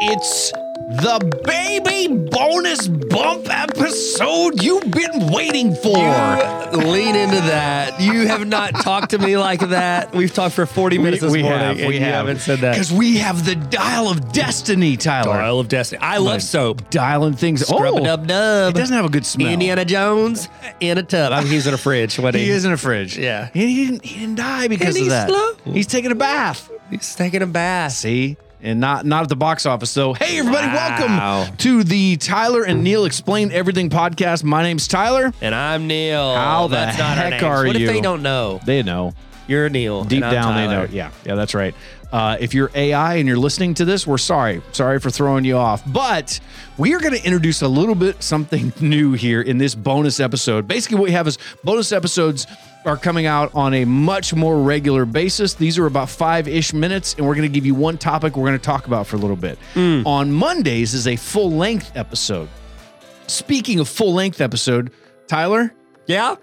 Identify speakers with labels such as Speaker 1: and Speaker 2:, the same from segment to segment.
Speaker 1: It's the baby bonus bump episode you've been waiting for.
Speaker 2: You lean into that. You have not talked to me like that. We've talked for 40 minutes this
Speaker 1: we
Speaker 2: morning.
Speaker 1: have,
Speaker 2: and
Speaker 1: we
Speaker 2: you
Speaker 1: have.
Speaker 2: haven't said that.
Speaker 1: Because we have the dial of destiny, Tyler.
Speaker 2: Dial of Destiny. I love soap.
Speaker 1: Dialing things.
Speaker 2: Scrub
Speaker 1: oh,
Speaker 2: a dub dub.
Speaker 1: it doesn't have a good smell.
Speaker 2: Indiana Jones in a tub. I mean, he's in a fridge. What
Speaker 1: He is in a fridge.
Speaker 2: Yeah.
Speaker 1: And he didn't. He didn't die because
Speaker 2: And
Speaker 1: of
Speaker 2: he's
Speaker 1: that.
Speaker 2: slow.
Speaker 1: He's taking a bath.
Speaker 2: He's taking a bath.
Speaker 1: See. And not not at the box office though. Hey everybody,
Speaker 2: Wow.
Speaker 1: welcome to the Tyler and Neil Explain Everything podcast. My name's Tyler.
Speaker 2: And I'm Neil.
Speaker 1: How the
Speaker 2: That's not our
Speaker 1: heck
Speaker 2: names.
Speaker 1: are
Speaker 2: What
Speaker 1: you?
Speaker 2: if they don't know?
Speaker 1: They know.
Speaker 2: You're Neil.
Speaker 1: Deep
Speaker 2: and I'm
Speaker 1: down,
Speaker 2: Tyler.
Speaker 1: they know. Yeah, yeah, that's right. Uh, if you're AI and you're listening to this, we're sorry. Sorry for throwing you off. But we are going to introduce a little bit something new here in this bonus episode. Basically, what we have is bonus episodes are coming out on a much more regular basis. These are about five ish minutes, and we're going to give you one topic we're going to talk about for a little bit.
Speaker 2: Mm.
Speaker 1: On Mondays is a full length episode. Speaking of full length episode, Tyler,
Speaker 2: Yeah?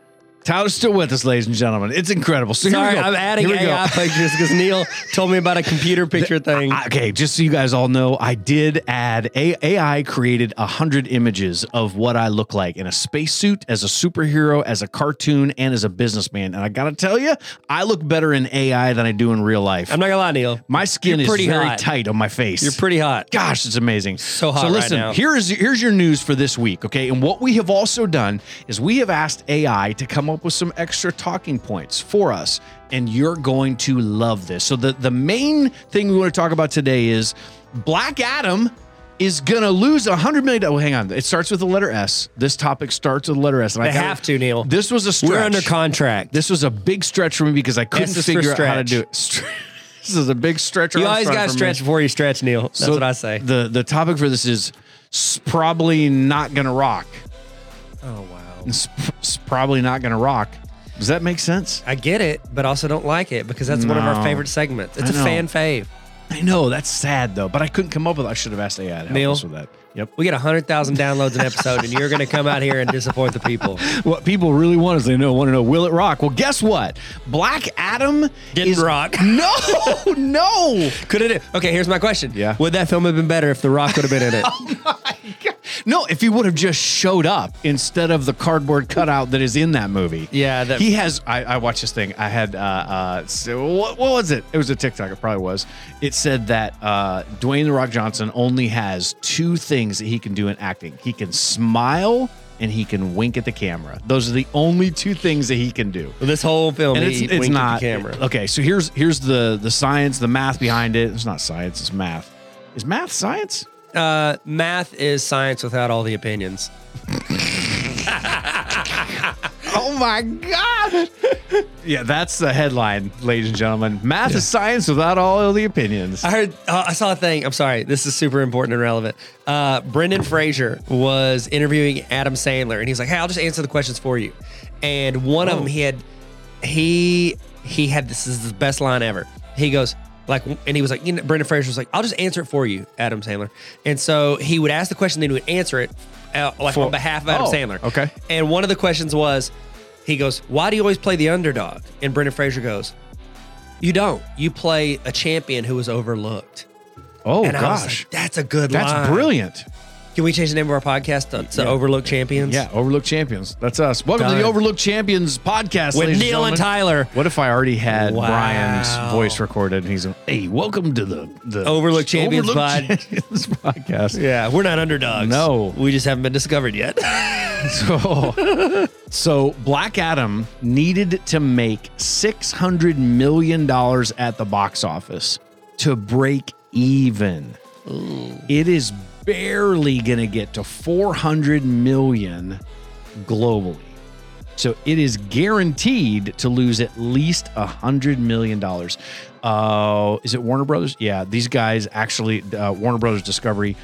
Speaker 1: Tyler's still with us, ladies and gentlemen. It's incredible. So here we
Speaker 2: Sorry,
Speaker 1: go.
Speaker 2: I'm adding
Speaker 1: Here we go.
Speaker 2: AI pictures because Neil told me about a computer picture thing.
Speaker 1: I- okay, just so you guys all know, I did add a- AI created a hundred images of what I look like in a spacesuit, as a superhero, as a cartoon, and as a businessman. And I gotta tell you, I look better in AI than I do in real life.
Speaker 2: I'm not going to lie, Neil.
Speaker 1: my skin
Speaker 2: you're
Speaker 1: is
Speaker 2: pretty
Speaker 1: very
Speaker 2: hot.
Speaker 1: tight on my face.
Speaker 2: You're pretty hot.
Speaker 1: Gosh, it's amazing. So
Speaker 2: hot
Speaker 1: So
Speaker 2: right
Speaker 1: listen,
Speaker 2: now.
Speaker 1: here is here's your news for this week, okay? And what we have also done is we have asked AI to come up with some extra talking points for us, and you're going to love this. So the the main thing we want to talk about today is Black Adam is gonna lose a hundred million. Oh, hang on, it starts with the letter S. This topic starts with the letter S. And
Speaker 2: They
Speaker 1: gotta-
Speaker 2: have to, Neil.
Speaker 1: This was a stretch.
Speaker 2: We're under contract.
Speaker 1: This was a big stretch for me because I couldn't
Speaker 2: S is for
Speaker 1: figure out how to
Speaker 2: stretch.
Speaker 1: do it. Stre- This is a big stretch.
Speaker 2: You always
Speaker 1: Armstrong
Speaker 2: got
Speaker 1: for
Speaker 2: to
Speaker 1: me.
Speaker 2: stretch before you stretch, Neil. That's
Speaker 1: So
Speaker 2: what I say.
Speaker 1: The the topic for this is s- probably not gonna rock.
Speaker 2: Oh wow.
Speaker 1: It's p- it's probably not gonna rock. Does that make sense?
Speaker 2: I get it, but also don't like it because that's one of
Speaker 1: No.
Speaker 2: our favorite segments. It's
Speaker 1: I
Speaker 2: a
Speaker 1: know.
Speaker 2: fan fave.
Speaker 1: I know that's sad though, but I couldn't come up with. I should have asked AI to help
Speaker 2: Neil?
Speaker 1: us with that. Yep.
Speaker 2: We get 100,000 downloads an episode and you're going to come out here and disappoint the people.
Speaker 1: What people really want is they know want to know will it rock? Well, guess what? Black Adam
Speaker 2: Didn't
Speaker 1: is
Speaker 2: rock.
Speaker 1: No, no,
Speaker 2: Could it Okay, here's my question.
Speaker 1: Yeah.
Speaker 2: Would that film have been better if The Rock would have been in it?
Speaker 1: no. If he would have just showed up instead of the cardboard cutout that is in that movie.
Speaker 2: yeah, that
Speaker 1: he has I, I watched this thing i had uh uh so what, what was it it was a tiktok it probably was it said that uh dwayne the rock johnson only has two things that he can do in acting he can smile and he can wink at the camera those are the only two things that he can do
Speaker 2: this whole film
Speaker 1: and
Speaker 2: he
Speaker 1: it's, it's
Speaker 2: winked
Speaker 1: not
Speaker 2: at the camera.
Speaker 1: okay so here's here's the the science the math behind it it's not science it's math is math science
Speaker 2: Uh, math is science without all the opinions.
Speaker 1: oh my god yeah that's the headline ladies and gentlemen math is science without all the opinions
Speaker 2: I heard. Uh, I saw a thing. I'm sorry. This is super important and relevant. Uh, Brendan Fraser was interviewing Adam Sandler, and he's like, "Hey, I'll just answer the questions for you." And one
Speaker 1: Oh.
Speaker 2: of them, he had, he he had this is the best line ever. He goes like, and he was like, you know, Brendan Fraser was like, "I'll just answer it for you, Adam Sandler." And so he would ask the question, then he would answer it, uh, like
Speaker 1: For-
Speaker 2: on behalf of Adam
Speaker 1: Oh,
Speaker 2: Sandler.
Speaker 1: okay.
Speaker 2: And one of the questions was, he goes, "Why do you always play the underdog?" And Brendan Fraser goes. You don't. You play a champion who was overlooked.
Speaker 1: Oh
Speaker 2: and I was
Speaker 1: gosh,
Speaker 2: like, that's a good
Speaker 1: that's
Speaker 2: line.
Speaker 1: brilliant!
Speaker 2: Can we change the name of our podcast to, to Overlook Champions?
Speaker 1: Yeah, Overlook Champions. That's us. Welcome to
Speaker 2: Done.
Speaker 1: the Overlook Champions podcast
Speaker 2: With
Speaker 1: ladies
Speaker 2: Neil and
Speaker 1: gentlemen.
Speaker 2: Tyler.
Speaker 1: What if I already had
Speaker 2: Wow.
Speaker 1: Brian's voice recorded? And he's like, "Hey, welcome to the the
Speaker 2: Overlook Champions pod."
Speaker 1: Champions podcast."
Speaker 2: Yeah, we're not underdogs.
Speaker 1: No.
Speaker 2: We just haven't been discovered yet.
Speaker 1: So, so Black Adam needed to make six hundred million dollars at the box office to break even. It is barely going to get to four hundred million globally. So it is guaranteed to lose at least a hundred million dollars. Uh, is it Warner Brothers? Yeah, these guys actually uh, Warner Brothers Discovery.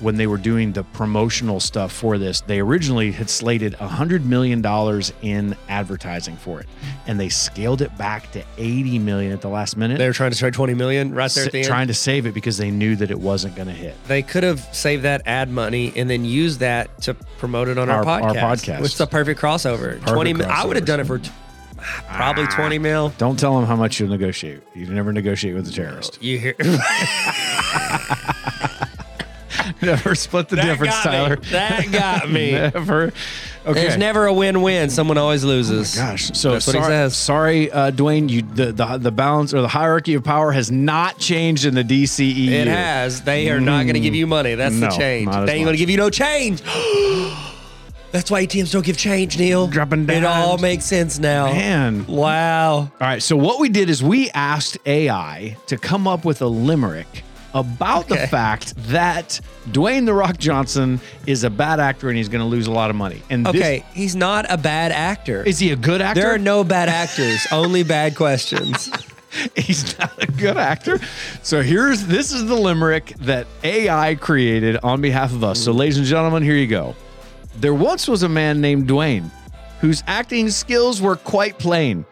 Speaker 1: When they were doing the promotional stuff for this, they originally had slated a hundred million dollars in advertising for it, and they scaled it back to eighty million at the last minute,
Speaker 2: they were trying to start 20 million right there
Speaker 1: s-
Speaker 2: at the end.
Speaker 1: trying to save it because they knew that it wasn't going to hit.
Speaker 2: they could have saved that ad money and then used that to promote it on our,
Speaker 1: Our- our
Speaker 2: podcast.
Speaker 1: podcast.
Speaker 2: Which is a perfect crossover. 20 mi- I would have
Speaker 1: crossovers.
Speaker 2: done it for t- probably
Speaker 1: Ah.
Speaker 2: 20 mil.
Speaker 1: Don't tell them how much you'll negotiate. You never negotiate with a terrorist.
Speaker 2: You hear
Speaker 1: Never split the difference,
Speaker 2: got
Speaker 1: Tyler.
Speaker 2: Me. That got me.
Speaker 1: Never. Okay.
Speaker 2: There's never a win-win. Someone always loses.
Speaker 1: Oh, Gosh, so
Speaker 2: That's what he
Speaker 1: sorry,
Speaker 2: says.
Speaker 1: sorry uh, Dwayne. You the, the the balance or the hierarchy of power has not changed in the E DCEU.
Speaker 2: It has. They are not going to give you money. That's
Speaker 1: Mm. No,
Speaker 2: the change.
Speaker 1: not as
Speaker 2: They ain't going
Speaker 1: much.
Speaker 2: to give you no change. That's why ATMs don't give change, Neil.
Speaker 1: Dropping
Speaker 2: It
Speaker 1: dimes.
Speaker 2: all makes sense now.
Speaker 1: Man.
Speaker 2: Wow.
Speaker 1: All right. So what we did is we asked AI to come up with a limerick about the
Speaker 2: Okay.
Speaker 1: fact that Dwayne the Rock Johnson is a bad actor and he's going to lose a lot of money. And this-
Speaker 2: Okay, he's not a bad actor.
Speaker 1: is he a good actor?
Speaker 2: there are no bad actors, only bad questions.
Speaker 1: He's not a good actor. So here's this is the limerick that AI created on behalf of us. So ladies and gentlemen, here you go. There once was a man named Dwayne whose acting skills were quite plain.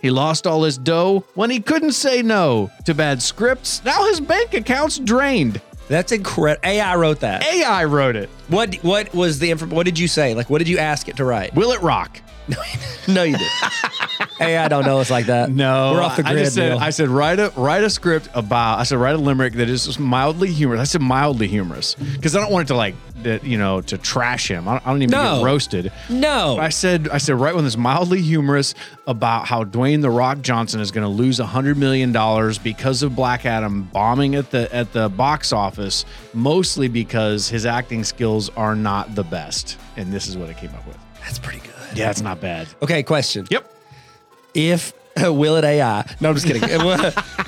Speaker 1: He lost all his dough when he couldn't say no to bad scripts. Now his bank account's drained.
Speaker 2: That's incredible. AI wrote that.
Speaker 1: AI wrote it.
Speaker 2: What what was the inf- what did you say? Like what did you ask it to write?
Speaker 1: Will it rock?
Speaker 2: No, you did. AI don't know us like that. we're off the
Speaker 1: I-
Speaker 2: grid.
Speaker 1: I just said
Speaker 2: Neil.
Speaker 1: I said write a write a script about. I said write a limerick that is just mildly humorous. I said mildly humorous because I don't want it to like that, you know to trash him. I don't, I don't even
Speaker 2: No.
Speaker 1: get roasted.
Speaker 2: no.
Speaker 1: I said I said write one that's mildly humorous about how Dwayne the Rock Johnson is going to lose hundred million dollars because of Black Adam bombing at the at the box office, mostly because his acting skills are not the best. And this is what I came up with.
Speaker 2: That's pretty good.
Speaker 1: Yeah, it's not bad.
Speaker 2: Okay, question.
Speaker 1: Yep.
Speaker 2: If will it AI? No, I'm just kidding.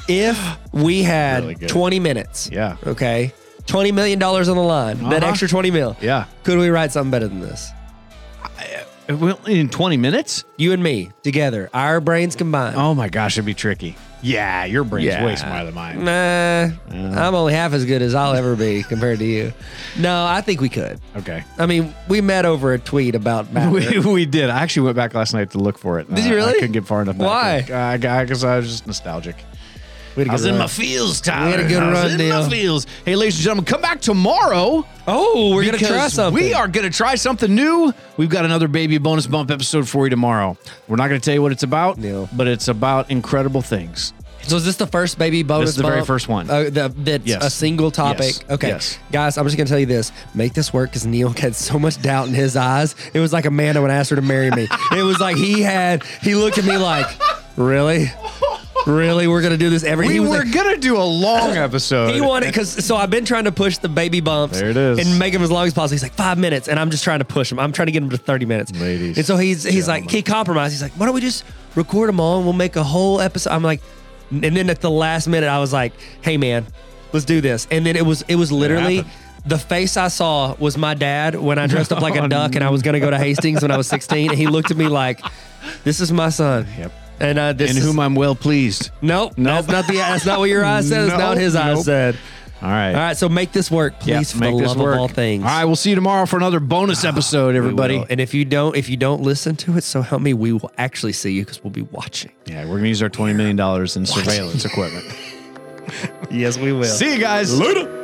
Speaker 2: if we had
Speaker 1: Really good.
Speaker 2: 20 minutes.
Speaker 1: Yeah.
Speaker 2: Okay. 20 million dollars on the line. That
Speaker 1: Uh-huh.
Speaker 2: extra 20 mil.
Speaker 1: Yeah.
Speaker 2: Could we write something better than this?
Speaker 1: Well, In twenty minutes.
Speaker 2: You and me together, our brains combined.
Speaker 1: Oh my gosh, it'd be tricky. Yeah, your brain's
Speaker 2: Yeah.
Speaker 1: way smarter than mine.
Speaker 2: Nah, I'm only half as good as I'll ever be compared to you. No, I think we could.
Speaker 1: Okay.
Speaker 2: I mean, we met over a tweet about Matter.
Speaker 1: We, we did. I actually went back last night to look for it. Did
Speaker 2: you
Speaker 1: I
Speaker 2: really?
Speaker 1: couldn't get far enough.
Speaker 2: Why?
Speaker 1: Because I was just nostalgic.
Speaker 2: We had a
Speaker 1: I was
Speaker 2: good
Speaker 1: in my
Speaker 2: run.
Speaker 1: feels, Tyler.
Speaker 2: had a good
Speaker 1: I was
Speaker 2: run,
Speaker 1: in my
Speaker 2: Neil.
Speaker 1: feels. Hey, ladies and gentlemen, come back tomorrow.
Speaker 2: oh, we're gonna
Speaker 1: because
Speaker 2: try something.
Speaker 1: We are going to try something new. We've got another baby bonus bump episode for you tomorrow. We're not going to tell you what it's about,
Speaker 2: Neil.
Speaker 1: but it's about incredible things.
Speaker 2: So is this the first baby bonus?
Speaker 1: This is the very
Speaker 2: bump?
Speaker 1: first one.
Speaker 2: Uh, the, that's
Speaker 1: Yes.
Speaker 2: a single topic.
Speaker 1: Yes.
Speaker 2: Okay,
Speaker 1: Yes.
Speaker 2: guys, I'm just gonna tell you this: make this work because Neil had so much doubt in his eyes. It was like Amanda when I asked her to marry me. it was like he had. He looked at me like, really, really, we're gonna do this every.
Speaker 1: We
Speaker 2: he was
Speaker 1: were
Speaker 2: like-
Speaker 1: going to do a long episode.
Speaker 2: he wanted because so I've been trying to push the baby bumps.
Speaker 1: There it is.
Speaker 2: and make them as long as possible. He's like five minutes, and I'm just trying to push him. I'm trying to get him to thirty minutes.
Speaker 1: Ladies,
Speaker 2: and so he's he's like
Speaker 1: gentlemen.
Speaker 2: he compromised. He's like, why don't we just record them all and we'll make a whole episode? I'm like, and then at the last minute, I was like, hey man, let's do this. And then it was it was literally.
Speaker 1: happened.
Speaker 2: The face I saw was my dad when I dressed up like a duck
Speaker 1: Oh,
Speaker 2: and I was going to go to Hastings when I was 16. And he looked at me like, this is my son.
Speaker 1: Yep.
Speaker 2: And uh, this
Speaker 1: and
Speaker 2: is,
Speaker 1: whom I'm well pleased.
Speaker 2: Nope. That's not the. That's not what your eyes said. That's
Speaker 1: No,
Speaker 2: not what his eyes
Speaker 1: nope.
Speaker 2: said.
Speaker 1: All right.
Speaker 2: All right, so make this work,
Speaker 1: Yeah,
Speaker 2: please, for
Speaker 1: make
Speaker 2: the
Speaker 1: this
Speaker 2: love
Speaker 1: work.
Speaker 2: of all things. Ah,
Speaker 1: All right, we'll see you tomorrow for another bonus episode,
Speaker 2: We will.
Speaker 1: everybody.
Speaker 2: And if you don't, if you don't listen to it, so help me, we will actually see you because we'll be watching.
Speaker 1: Yeah, we're gonna use our twenty million dollars in surveillance equipment.
Speaker 2: Yes, we will.
Speaker 1: see you guys later.